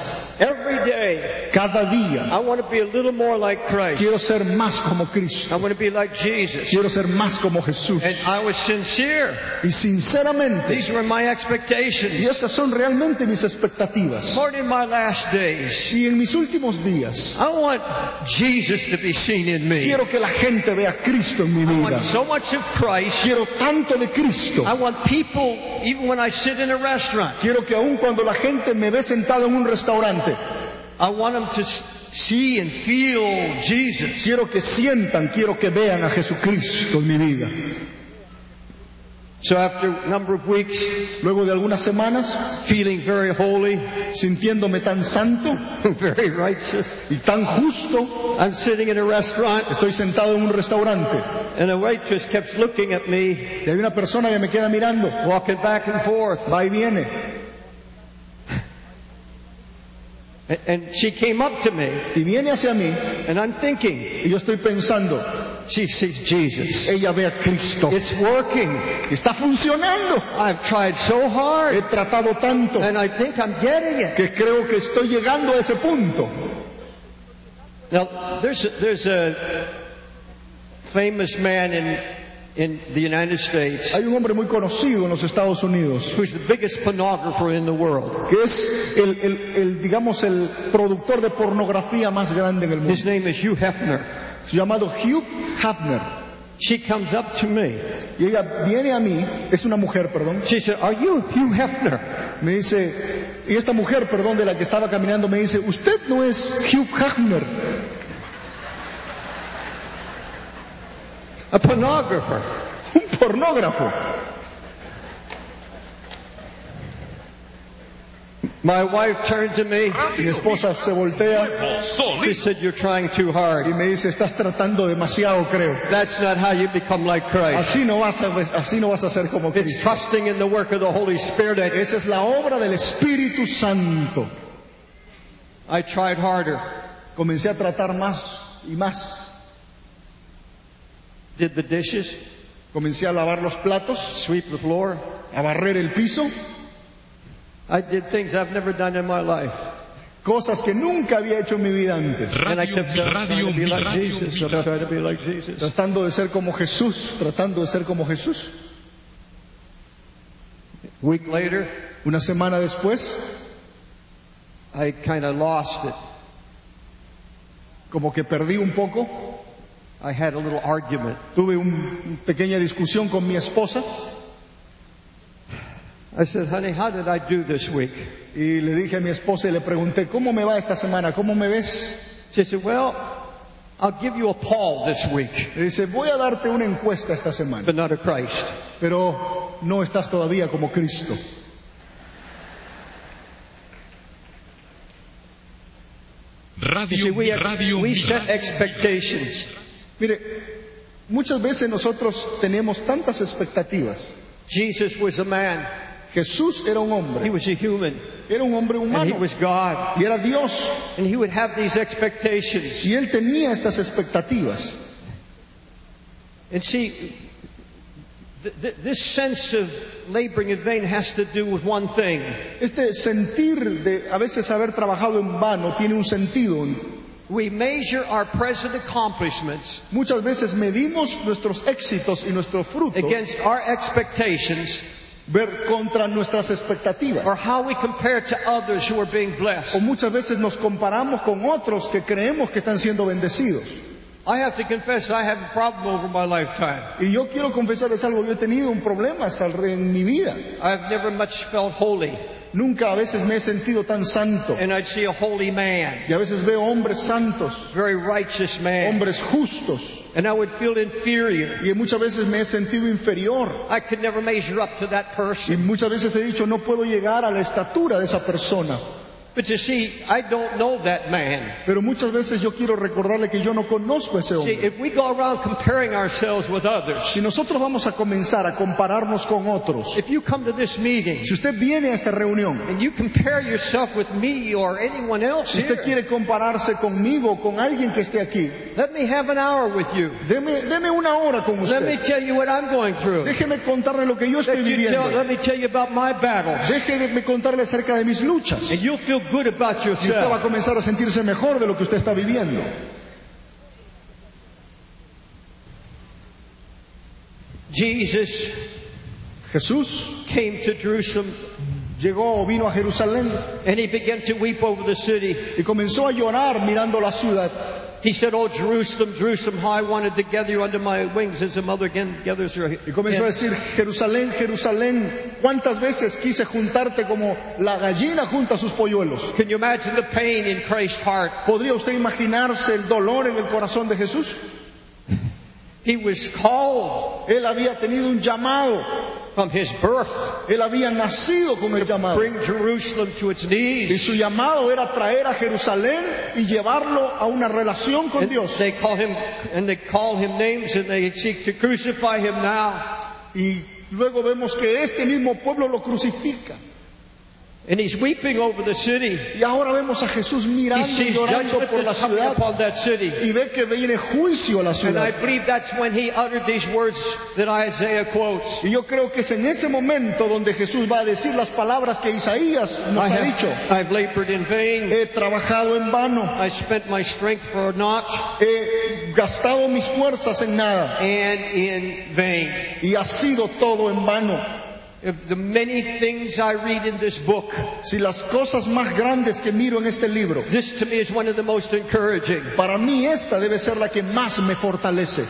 S2: Every day,
S3: cada día.
S2: I want to be a little more like Christ.
S3: Quiero ser más como Cristo.
S2: I want to be like Jesus.
S3: Quiero ser más como Jesús.
S2: And I was sincere.
S3: Y sinceramente,
S2: These were my
S3: y
S2: expectations.
S3: estas son realmente mis expectativas.
S2: Lord, in my last days,
S3: Y en mis últimos días,
S2: I want Jesus to be seen in me.
S3: quiero que la gente vea a Cristo en mi
S2: I
S3: vida.
S2: want so much of Christ.
S3: Quiero tanto de Cristo.
S2: I want people, even when I sit in a restaurant,
S3: Quiero que aun cuando la gente me ve sentado en un restaurante,
S2: I want them to s- see and feel Jesus.
S3: quiero que sientan, quiero que vean a Jesucristo en mi vida.
S2: So after a number of weeks,
S3: Luego de algunas semanas,
S2: feeling very holy, <laughs>
S3: sintiéndome tan santo
S2: very righteous,
S3: y tan justo,
S2: I'm sitting in a restaurant
S3: estoy sentado en un restaurante
S2: and a waitress kept looking at me,
S3: y hay una persona que me queda mirando,
S2: walking back and forth.
S3: va y viene,
S2: A- And she came up to me
S3: y viene hacia mí
S2: and I'm thinking,
S3: y yo estoy pensando,
S2: she sees Jesus.
S3: ella ve a Cristo.
S2: It's working.
S3: Está funcionando.
S2: I've tried so
S3: He
S2: hard
S3: tratado tanto
S2: and I think I'm getting it.
S3: que creo que estoy llegando a ese punto.
S2: Now, there's a, there's a famous man in, in the United States
S3: Hay un hombre muy conocido en los Estados Unidos
S2: who's the biggest pornographer in the world.
S3: que es el, el- el, digamos, el productor de pornografía más grande en el
S2: His
S3: mundo,
S2: name is Hugh Hefner.
S3: llamado Hugh Hefner.
S2: She comes up to me.
S3: Y ella viene a mí, es una mujer, perdón,
S2: She said, Are you Hugh Hefner?
S3: me dice, y esta mujer, perdón, de la que estaba caminando, me dice, usted no es Hugh Hefner,
S2: A pornographer.
S3: un pornógrafo.
S2: My wife turned to me.
S3: Y mi esposa se voltea
S2: She said, You're trying too
S3: y
S2: hard.
S3: me dice, estás tratando demasiado, creo.
S2: That's not how you become like Christ.
S3: Así no vas a, así no vas a ser como Cristo.
S2: It's trusting in the work of the Holy Spirit. I,
S3: Esa es la obra del Espíritu Santo.
S2: I tried harder.
S3: Comencé a tratar más y más.
S2: Did the dishes,
S3: Comencé a lavar los platos,
S2: sweep the floor.
S3: a barrer el piso,
S2: I did things I've never done in my life.
S3: cosas que nunca había hecho en mi vida antes.
S2: And I
S4: Radio
S2: kept
S4: Mil,
S2: saying, I'm trying
S4: Radio
S2: to be
S4: Mil,
S2: like
S4: Radio
S2: Jesus. I'm
S4: Mil.
S2: trying to be like Jesus.
S3: Tratando de ser como Jesús, tratando de ser como Jesús.
S2: A week later,
S3: Una semana después,
S2: I kind of lost it.
S3: como que perdí un poco,
S2: I had a little argument.
S3: tuve un- una pequeña discusión con mi esposa
S2: I said, Honey, how did I do this week?
S3: y le dije a mi esposa y le pregunté, ¿cómo me va esta semana? ¿Cómo me ves?
S2: She said, Well, I'll give you a Paul this week,
S3: Le dice, voy a darte una encuesta esta semana,
S2: but not a Christ.
S3: pero no estás todavía como Cristo.
S2: You see,
S4: Radio
S2: we,
S4: Mil, Radio
S2: we
S4: Mil.
S2: set expectations.
S3: Mire, muchas veces nosotros tenemos tantas expectativas.
S2: Jesus was a man,
S3: Jesús era un
S2: he
S3: hombre,
S2: was a human,
S3: era un hombre
S2: and he
S3: humano
S2: was God.
S3: y era Dios.
S2: And he would have these expectations.
S3: Y él tenía estas expectativas.
S2: And see, th- th- this sense of laboring in vain has to do with one thing
S3: Este sentir de a veces haber trabajado en vano tiene un sentido.
S2: we measure our present accomplishments
S3: Muchas veces medimos nuestros éxitos y nuestros frutos
S2: against our expectations
S3: ver contra nuestras
S2: or
S3: expectativas.
S2: how we compare to others who are being blessed.
S3: O muchas veces nos comparamos con otros que creemos que están siendo bendecidos.
S2: I have to confess I have a problem over my lifetime.
S3: Y yo quiero confesarles algo, yo he tenido un problema sal- en mi vida.
S2: I've never much felt holy,
S3: Nunca a veces me he sentido tan santo.
S2: and I'd see a holy man,
S3: Y a veces veo hombres santos,
S2: very righteous man,
S3: hombres justos.
S2: and I would feel inferior.
S3: Y muchas veces me he sentido inferior.
S2: I could never measure up to that
S3: Y
S2: person.
S3: muchas veces he dicho, no puedo llegar a la estatura de esa persona.
S2: But you see, I don't know that man.
S3: Pero muchas veces yo quiero recordarle que yo no conozco a ese
S2: See,
S3: hombre.
S2: if we go around comparing ourselves with others,
S3: Si nosotros vamos a comenzar a compararnos con otros,
S2: if you come to this meeting
S3: si usted viene a esta reunión,
S2: and you compare yourself with me or anyone else
S3: si usted
S2: here,
S3: quiere compararse conmigo o con alguien que esté aquí,
S2: let me have an hour with you.
S3: deme, deme una hora con
S2: Let me
S3: usted.
S2: tell you what I'm going through.
S3: Déjeme contarle lo que yo estoy
S2: Let, you
S3: viviendo.
S2: tell, let me tell you about my battles.
S3: Déjeme contarle acerca de mis luchas.
S2: And you'll feel good about
S3: Y usted va a
S2: yourself.
S3: comenzar a sentirse mejor de lo que usted está viviendo.
S2: Jesus
S3: Jesús
S2: came to Jerusalem
S3: llegó o vino a Jerusalén
S2: and he began to weep over the city.
S3: y comenzó a llorar mirando la ciudad.
S2: He said, Oh, Jerusalem, Jerusalem, how I wanted to gather you under my wings as a mother again gathers her.
S3: Y comenzó
S2: hen."
S3: a decir, Jerusalén, Jerusalén, ¿cuántas veces quise juntarte como la gallina junta sus polluelos?
S2: Can you imagine the pain in Christ's heart?
S3: ¿Podría usted imaginarse el dolor en el corazón de Jesús? Oh,
S2: He was called
S3: Él había tenido un llamado,
S2: from his birth,
S3: él había nacido con el llamado.
S2: bring Jerusalem to its
S3: Y
S2: knees.
S3: su llamado era traer a Jerusalén y llevarlo a una relación con
S2: And
S3: Dios.
S2: they call him, and they call him names and they seek to crucify him now.
S3: Y luego vemos que este mismo pueblo lo crucifica.
S2: And he's weeping over the city.
S3: Y ahora vemos a Jesús
S2: He
S3: mirando y
S2: sees
S3: llorando
S2: judgment
S3: por la
S2: that's coming
S3: ciudad
S2: upon that city.
S3: y ve que viene juicio a la
S2: And I
S3: ciudad.
S2: believe that's when he uttered these words that Isaiah quotes.
S3: Y yo creo que es en ese momento donde Jesús va a decir las palabras que Isaías nos
S2: I
S3: ha dicho.
S2: have, I've labored in vain.
S3: He trabajado en vano,
S2: I spent my strength for naught
S3: he gastado mis fuerzas en nada
S2: and in vain.
S3: y ha sido todo en vano.
S2: If the many things I read in this book,
S3: Si las cosas más grandes que miro en este libro,
S2: this to me is one of the most encouraging.
S3: para mí esta debe ser la que más me fortalece.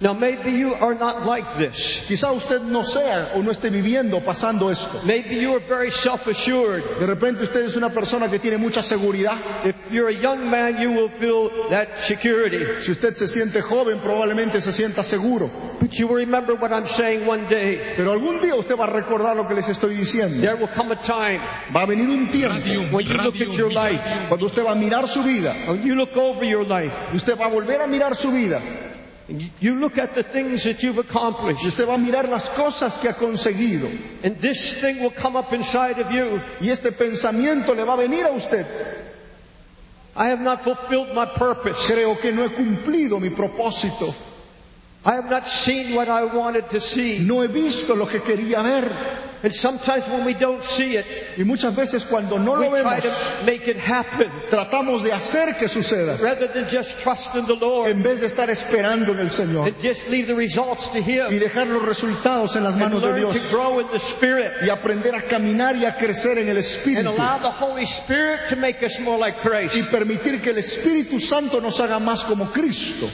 S2: Now maybe you are not like this.
S3: Quizá usted no sea o no esté viviendo o pasando esto.
S2: Maybe you are very self-assured.
S3: De repente usted es una persona que tiene mucha seguridad.
S2: If you're a young man, you will feel that security.
S3: Si usted se siente joven, probablemente se sienta seguro.
S2: But you will remember what I'm saying one day.
S3: Pero algún día usted va a recordar lo que les estoy diciendo.
S2: There will come a time
S3: Va a venir un tiempo
S2: when you look at your life,
S3: cuando usted va a mirar su vida.
S2: when you look over your life,
S3: Y usted va a volver a mirar su vida.
S2: and you look at the things that you've
S3: Y
S2: accomplished,
S3: usted va a mirar las cosas que ha conseguido.
S2: and this thing will come up inside of you.
S3: Y este pensamiento le va a venir a usted.
S2: I have not fulfilled my purpose.
S3: Creo que no he cumplido mi propósito.
S2: I have not seen what I wanted to see.
S3: No he visto lo que quería ver.
S2: And sometimes when we don't see it,
S3: Y muchas veces cuando no
S2: we
S3: lo
S2: try
S3: vemos,
S2: to make it happen
S3: tratamos de hacer que suceda.
S2: rather than just trust in the Lord
S3: En vez de estar esperando en el Señor.
S2: and just leave the results to
S3: y
S2: Him
S3: dejar los resultados en las
S2: and
S3: manos de
S2: learn
S3: Dios
S2: to grow in the Spirit
S3: y aprender a caminar y a crecer en el
S2: and
S3: Espíritu
S2: allow the Holy Spirit to make us more like
S3: y
S2: Christ.
S3: permitir que el Espíritu Santo nos haga más como Cristo.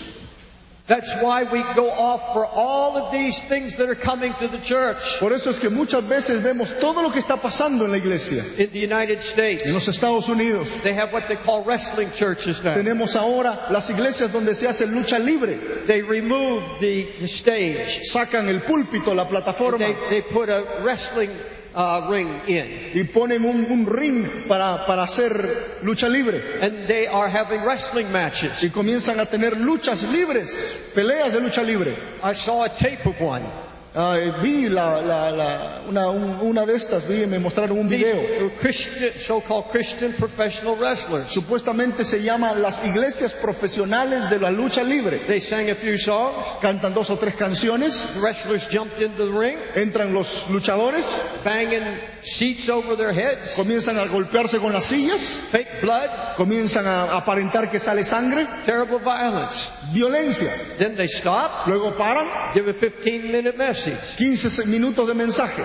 S2: That's why we go off for all of these things that are coming to the church
S3: Por eso es que muchas veces vemos todo lo que está pasando en la iglesia.
S2: in the United
S3: En
S2: States.
S3: los Estados Unidos
S2: They have what they call wrestling churches now.
S3: tenemos ahora las iglesias donde se hace lucha libre,
S2: They remove the, the stage.
S3: sacan el púlpito, la plataforma
S2: They, they put a wrestling uh, ring in.
S3: y ponen un, un ring para, para hacer lucha libre.
S2: And they are having wrestling matches.
S3: Y comienzan a tener luchas libres, peleas de lucha libre.
S2: I saw a tape of one.
S3: Ah, eh, vi la- la- la- una, un- una de estas, vi, me mostraron un video.
S2: These Christian, so-called Christian professional wrestlers.
S3: Supuestamente se llama las iglesias profesionales de la lucha libre.
S2: They sang a few songs.
S3: Cantan dos o tres canciones,
S2: Wrestlers jumped into the ring,
S3: entran los luchadores,
S2: banging seats over their heads,
S3: comienzan a golpearse con las sillas,
S2: fake blood,
S3: comienzan a aparentar que sale sangre,
S2: terrible violence.
S3: violencia.
S2: Then they stop,
S3: Luego paran,
S2: give a 15-minute message.
S3: 15 minutos de mensaje.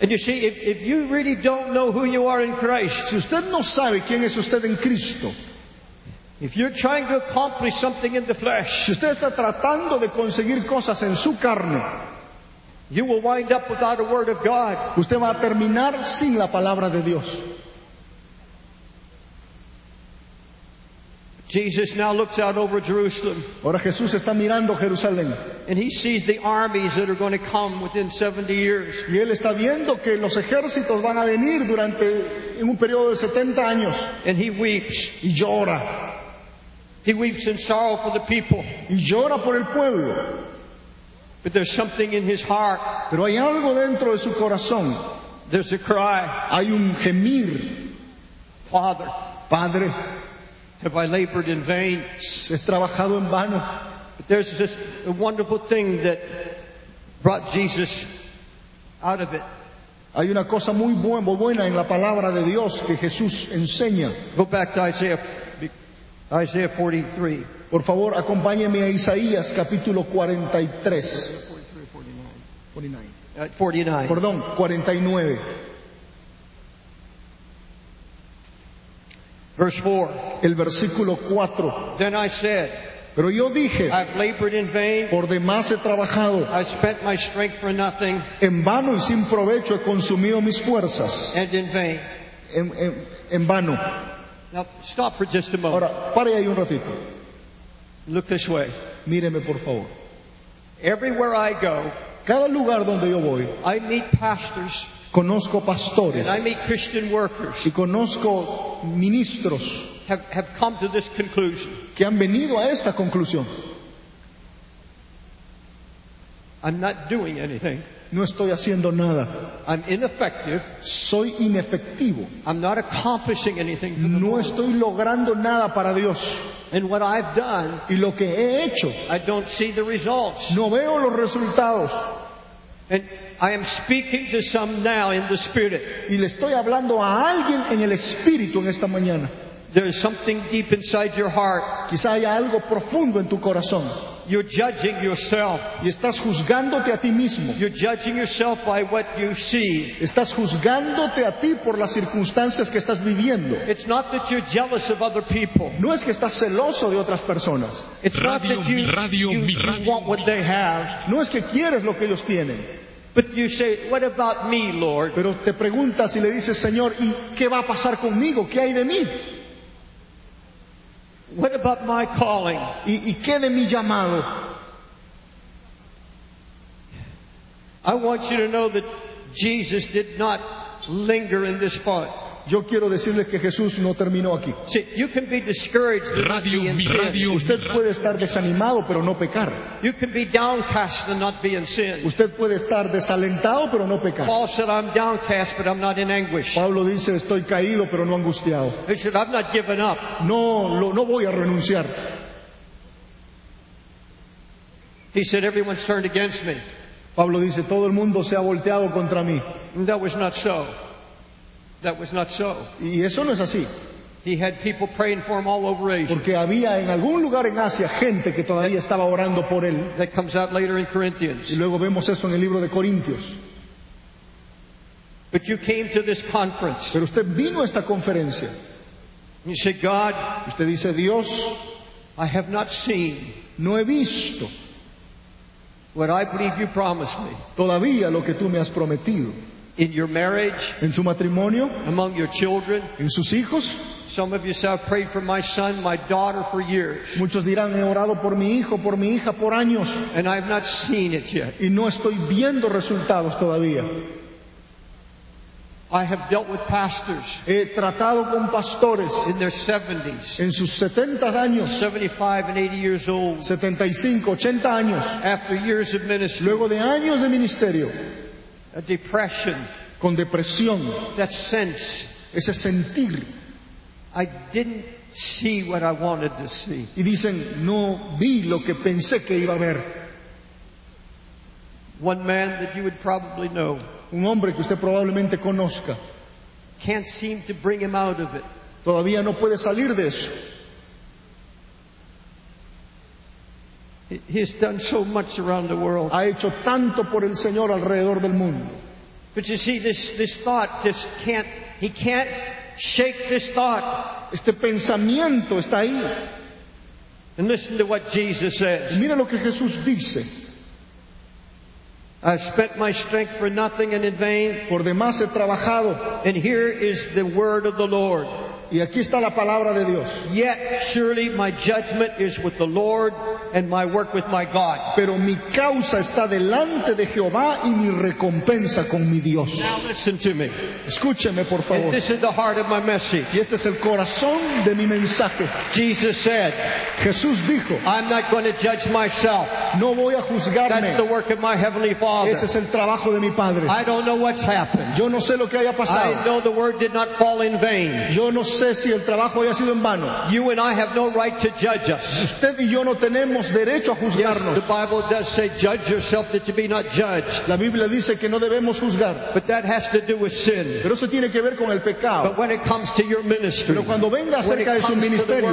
S2: And you see, if, if you really don't know who you are in Christ,
S3: Si usted no sabe quién es usted en Cristo,
S2: if you're trying to accomplish something in the flesh,
S3: si usted está tratando de conseguir cosas en su carne,
S2: you will wind up without a word of God.
S3: usted va a terminar sin la palabra de Dios.
S2: Jesus now looks out over Jerusalem
S3: Ahora Jesús está mirando Jerusalén
S2: and he sees the armies that are going to come within 70 years.
S3: y él está viendo que los ejércitos van a venir durante en un periodo de 70 años
S2: And he weeps.
S3: y llora
S2: He weeps in sorrow for the people.
S3: y llora por el pueblo,
S2: But there's something in his heart.
S3: pero hay algo dentro de su corazón,
S2: There's a cry.
S3: hay un gemir,
S2: Father,
S3: Padre,
S2: have I labored in vain?
S3: he trabajado en vano.
S2: But there's this wonderful thing that brought Jesus out of it.
S3: Hay una cosa muy bu- muy buena en la palabra de Dios que Jesús enseña.
S2: Go back to Isaiah, Isaiah 43.
S3: Por favor, acompáñeme a Isaías capítulo 43, 49.
S2: At 49.
S3: perdón, 49,
S2: Verse 4.
S3: el versículo 4.
S2: Then I said,
S3: Pero yo dije,
S2: I've labored in vain.
S3: por demás he trabajado,
S2: I've spent my strength for nothing
S3: en vano y sin provecho he consumido mis fuerzas,
S2: and in vain.
S3: en, en- en vano.
S2: Now stop for just a moment.
S3: Ahora, pare ahí un ratito,
S2: Look this way.
S3: míreme por favor.
S2: Everywhere I go,
S3: Cada lugar donde yo voy,
S2: I meet pastors
S3: conozco pastores
S2: and I meet Christian workers
S3: y conozco ministros
S2: have, have come to this conclusion.
S3: que han venido a esta conclusión.
S2: I'm not doing anything.
S3: No estoy haciendo nada,
S2: I'm ineffective.
S3: soy inefectivo.
S2: I'm not accomplishing anything. for the
S3: No
S2: Lord.
S3: estoy logrando nada para Dios.
S2: And what I've done,
S3: Y lo que he hecho,
S2: I don't see the results.
S3: no veo los resultados.
S2: And I am speaking to some now in the spirit.
S3: Y le estoy hablando a alguien en el espíritu en esta mañana.
S2: There is something deep inside your heart.
S3: Quizá haya algo profundo en tu corazón.
S2: You're judging yourself.
S3: Y estás juzgándote a ti mismo.
S2: You're judging yourself by what you see.
S3: Estás juzgándote a ti por las circunstancias que estás viviendo.
S2: It's not that you're jealous of other people.
S3: No es que estás celoso de otras personas.
S2: It's not
S4: Radio
S2: that you,
S4: Mil- Radio
S2: you,
S4: Mil-
S2: you want what they have.
S3: No es que quieres lo que ellos tienen.
S2: But you say, what about me, Lord?
S3: Pero te preguntas y le dices, Señor, ¿y qué va a pasar conmigo? ¿Qué hay de mí?
S2: What about my calling?
S3: ¿Y, y qué de mi llamado?
S2: I want you to know that Jesus did not linger in this spot.
S3: Yo quiero decirles que Jesús no terminó aquí.
S2: See, you can be discouraged and not
S4: Radio
S2: be in
S4: Mil-
S2: sin.
S4: Radio
S3: Usted puede estar desanimado pero no pecar.
S2: You can be downcast and not be in sin.
S3: Usted puede estar desalentado pero no pecar.
S2: Paul said, I'm downcast, but I'm not in anguish.
S3: Pablo dice, estoy caído pero no angustiado.
S2: He said, I've not given up.
S3: No, lo- no voy a renunciar.
S2: He said, everyone's turned against me.
S3: Pablo dice, todo el mundo se ha volteado contra mí.
S2: And that was not so. That was not so.
S3: Y eso no es así,
S2: He had people praying for him all over Asia.
S3: porque había en algún lugar en Asia gente que todavía estaba orando por él.
S2: That comes out later in
S3: Y
S2: Corinthians.
S3: luego vemos eso en el libro de Corintios.
S2: But you came to this conference.
S3: Pero usted vino a esta conferencia.
S2: You said, God,
S3: Usted dice, Dios,
S2: I have not seen
S3: no he visto
S2: what I believe you promised me
S3: todavía lo que tú me has prometido.
S2: in your marriage,
S3: En su matrimonio,
S2: among your children.
S3: en sus hijos,
S2: Some of you say, I've prayed for my son, my daughter for years,
S3: Muchos dirán, he orado por mi hijo, por mi hija, por años,
S2: and I've not seen it yet.
S3: y no estoy viendo resultados todavía.
S2: I have dealt with pastors
S3: He tratado con pastores
S2: in their 70s,
S3: en sus 70 años,
S2: 75 and 80 years old,
S3: 75, 80 años,
S2: after years of ministry,
S3: luego de años de ministerio,
S2: a depression,
S3: con depresión,
S2: that sense
S3: ese sentir,
S2: I didn't see what I wanted to see.
S3: y dicen, no vi lo que pensé que iba a ver.
S2: One man that you would probably know
S3: Un hombre que usted probablemente conozca,
S2: can't seem to bring him out of it.
S3: todavía no puede salir de eso.
S2: He- He's done so much around the world.
S3: Ha hecho tanto por el Señor alrededor del mundo.
S2: But you see, this, this thought just can't, he can't shake this thought.
S3: Este pensamiento está ahí.
S2: And listen to what Jesus
S3: Y
S2: says.
S3: mira lo que Jesús dice.
S2: I've spent my strength for nothing and in vain.
S3: Por demás he trabajado.
S2: And here is the word of the Lord.
S3: Y aquí está la palabra de Dios.
S2: Yet surely my judgment is with the Lord and my work with my God.
S3: Pero mi causa está delante de Jehová y mi recompensa con mi Dios.
S2: Now listen to me.
S3: Escúcheme, por favor.
S2: And this is the heart of my message.
S3: Y este es el corazón de mi mensaje.
S2: Jesus said,
S3: Jesús dijo,
S2: I'm not going to judge myself.
S3: no voy a
S2: That's the
S3: juzgarme.
S2: work of my Heavenly Father.
S3: Ese es el trabajo de mi Padre.
S2: I don't know what's happened.
S3: Yo no sé lo que
S2: I
S3: haya pasado.
S2: know the word did not fall in vain.
S3: Yo no sé si el trabajo haya sido en vano.
S2: You and I have no right to judge us.
S3: Usted y yo no tenemos derecho a
S2: Yes, the
S3: juzgarnos.
S2: Bible does say, judge yourself that you be not judged.
S3: La Biblia dice que no debemos juzgar.
S2: But that has to do with sin.
S3: Pero eso tiene que ver con el pecado.
S2: But when it comes to your ministry,
S3: Pero cuando venga acerca de su ministerio,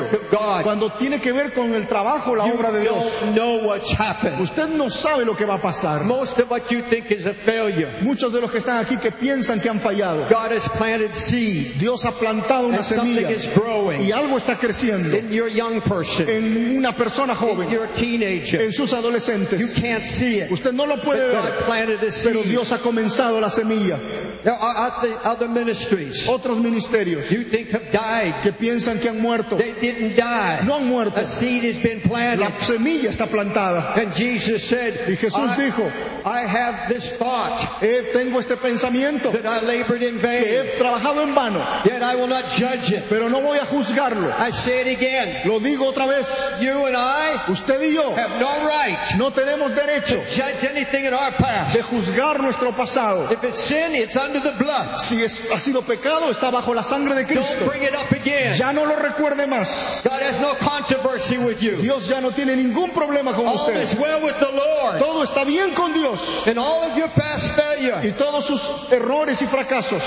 S3: cuando tiene que ver con el trabajo, la
S2: you
S3: obra de Dios,
S2: don't know what's happened.
S3: usted no sabe lo que va a pasar.
S2: Most of what you think is a failure,
S3: Muchos de los que están aquí que piensan que han fallado,
S2: God has planted seed
S3: Dios ha plantado una
S2: and something
S3: semilla
S2: is growing
S3: y algo está creciendo
S2: in your young person,
S3: en una persona
S2: in
S3: joven,
S2: your teenager.
S3: en sus
S2: You
S3: adolescentes.
S2: can't see it.
S3: Usted no lo puede
S2: But
S3: ver,
S2: God planted a
S3: pero
S2: seed.
S3: Dios ha comenzzado la semilla.
S2: There are other, other ministries
S3: Otros ministerios
S2: you think have died.
S3: que piensan que han muerto,
S2: They didn't die.
S3: no han muerto.
S2: A seed has been planted.
S3: La semilla está plantada.
S2: And Jesus said,
S3: Y Jesús
S2: I,
S3: dijo,
S2: I have this thought
S3: eh, tengo este pensamiento
S2: that I labored in
S3: que
S2: vain,
S3: he trabajado en vano.
S2: yet I will not judge it.
S3: pero no voy a juzgarlo.
S2: I say it again.
S3: Lo digo otra vez,
S2: You and I
S3: usted y yo
S2: have no right
S3: no tenemos derecho
S2: to judge anything in our
S3: de
S2: past.
S3: juzgar nuestro pasado.
S2: If it's sin, it's under the blood.
S3: Si es- ha sido pecado, está bajo la sangre de
S2: Don't
S3: Cristo.
S2: bring it up again.
S3: Ya no lo recuerde más.
S2: God has no controversy with you.
S3: Dios ya no tiene ningún problema con
S2: All
S3: usted.
S2: is well with the Lord.
S3: Todo está bien con Dios.
S2: And all of your past failure,
S3: Y todos sus errores y fracasos,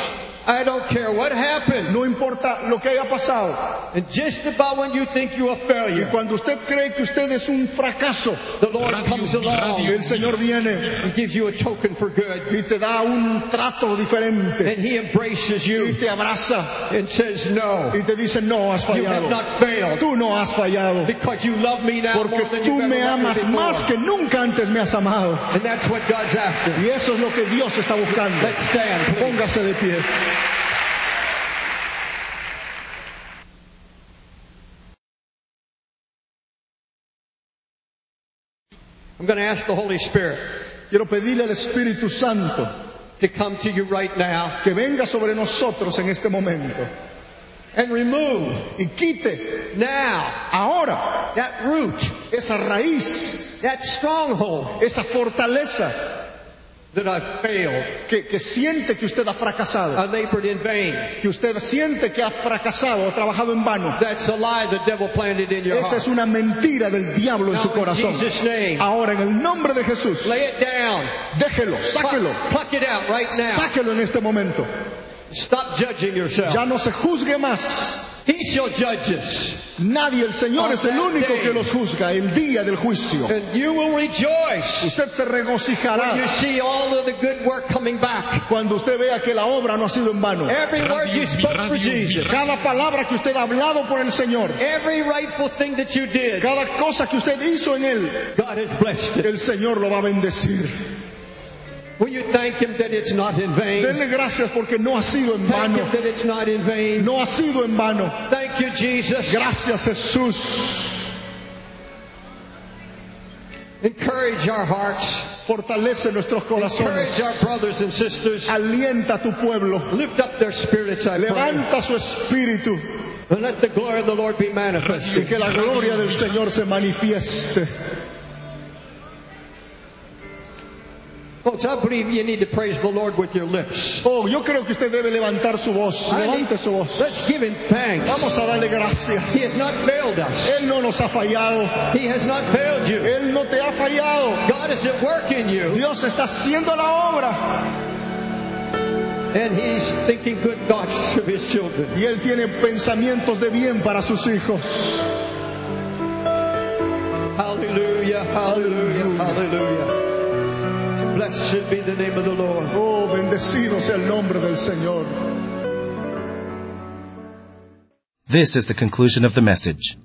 S2: I don't care what happened.
S3: no importa lo que haya pasado.
S2: And just about when you think you're a
S3: Y
S2: failure,
S3: cuando usted cree que usted es un fracaso,
S2: the Lord comes along
S3: el Señor viene
S2: and gives you a token for good.
S3: y te da un trato diferente.
S2: And He embraces
S3: Y
S2: you
S3: te abraza
S2: and says, No,
S3: y te dice, no has
S2: you have
S3: fallado.
S2: not failed
S3: Tú no has fallado.
S2: because you love me now more
S3: Porque
S2: than
S3: tú
S2: you've
S3: me
S2: ever loved
S3: amas
S2: me
S3: más
S2: before.
S3: que nunca antes me has amado.
S2: And that's what God's after.
S3: Y eso es lo que Dios está buscando.
S2: Let's stand, please.
S3: Póngase de pie.
S2: I'm going to ask the Holy Spirit
S3: Quiero pedirle al Espíritu Santo
S2: to come to you right now
S3: que venga sobre nosotros en este momento
S2: and remove
S3: y quite
S2: now
S3: ahora
S2: that root,
S3: esa raíz,
S2: that stronghold
S3: esa fortaleza
S2: that I've failed.
S3: que, que siente que usted ha
S2: I
S3: fracasado,
S2: labored in vain.
S3: que usted siente que ha fracasado, ha trabajado en vano.
S2: That's a lie the devil planted in your
S3: Esa es
S2: heart.
S3: una mentira del diablo en su
S2: Now in
S3: corazón.
S2: Jesus' name,
S3: Ahora en el nombre de Jesús,
S2: lay it down.
S3: déjelo, sáquelo,
S2: Pluck, pluck it out right now.
S3: sáquelo en este momento.
S2: Stop judging yourself.
S3: Ya no se juzgue más.
S2: He shall judge us.
S3: Nadie, el Señor es el único que los juzga el día del juicio.
S2: And you will rejoice
S3: Usted se
S2: when you
S3: regocijará
S2: see all of the good work coming back.
S3: cuando usted vea que la obra no ha sido en vano.
S2: Every word you spoke for Jesus.
S3: Cada palabra que usted ha hablado por el Señor,
S2: Every rightful thing that you did,
S3: cada cosa que usted hizo en Él,
S2: God has blessed it.
S3: el Señor lo va a bendecir.
S2: Will you thank Him that it's not in vain?
S3: Denle gracias porque no ha sido en
S2: Thank Him
S3: vano.
S2: that it's not in vain.
S3: No ha sido en vano.
S2: Thank you, Jesus.
S3: Gracias Jesús.
S2: Encourage our hearts.
S3: Fortalece nuestros corazones.
S2: Encourage our brothers and sisters.
S3: Alienta a tu pueblo.
S2: Lift up their spirits, I pray.
S3: Levanta su espíritu
S2: And let the glory of the Lord be
S3: y
S2: manifested.
S3: que la gloria del Señor se manifieste.
S2: Folks, I believe you need to praise the Lord with your lips.
S3: Oh, yo creo que usted debe levantar su voz.
S2: I
S3: Levante
S2: need-
S3: su voz.
S2: Let's give him thanks.
S3: Vamos a darle gracias.
S2: He has not failed us.
S3: Él no nos ha fallado.
S2: He has not failed you.
S3: Él no te ha fallado.
S2: God is at work in you,
S3: Dios está haciendo la obra.
S2: and He's thinking good thoughts of His children.
S3: Y Él tiene pensamientos de bien para sus hijos.
S2: Hallelujah, hallelujah, hallelujah. Blessed be the name of the Lord.
S3: Oh, bendecido sea el nombre del Señor.
S1: This is the conclusion of the message.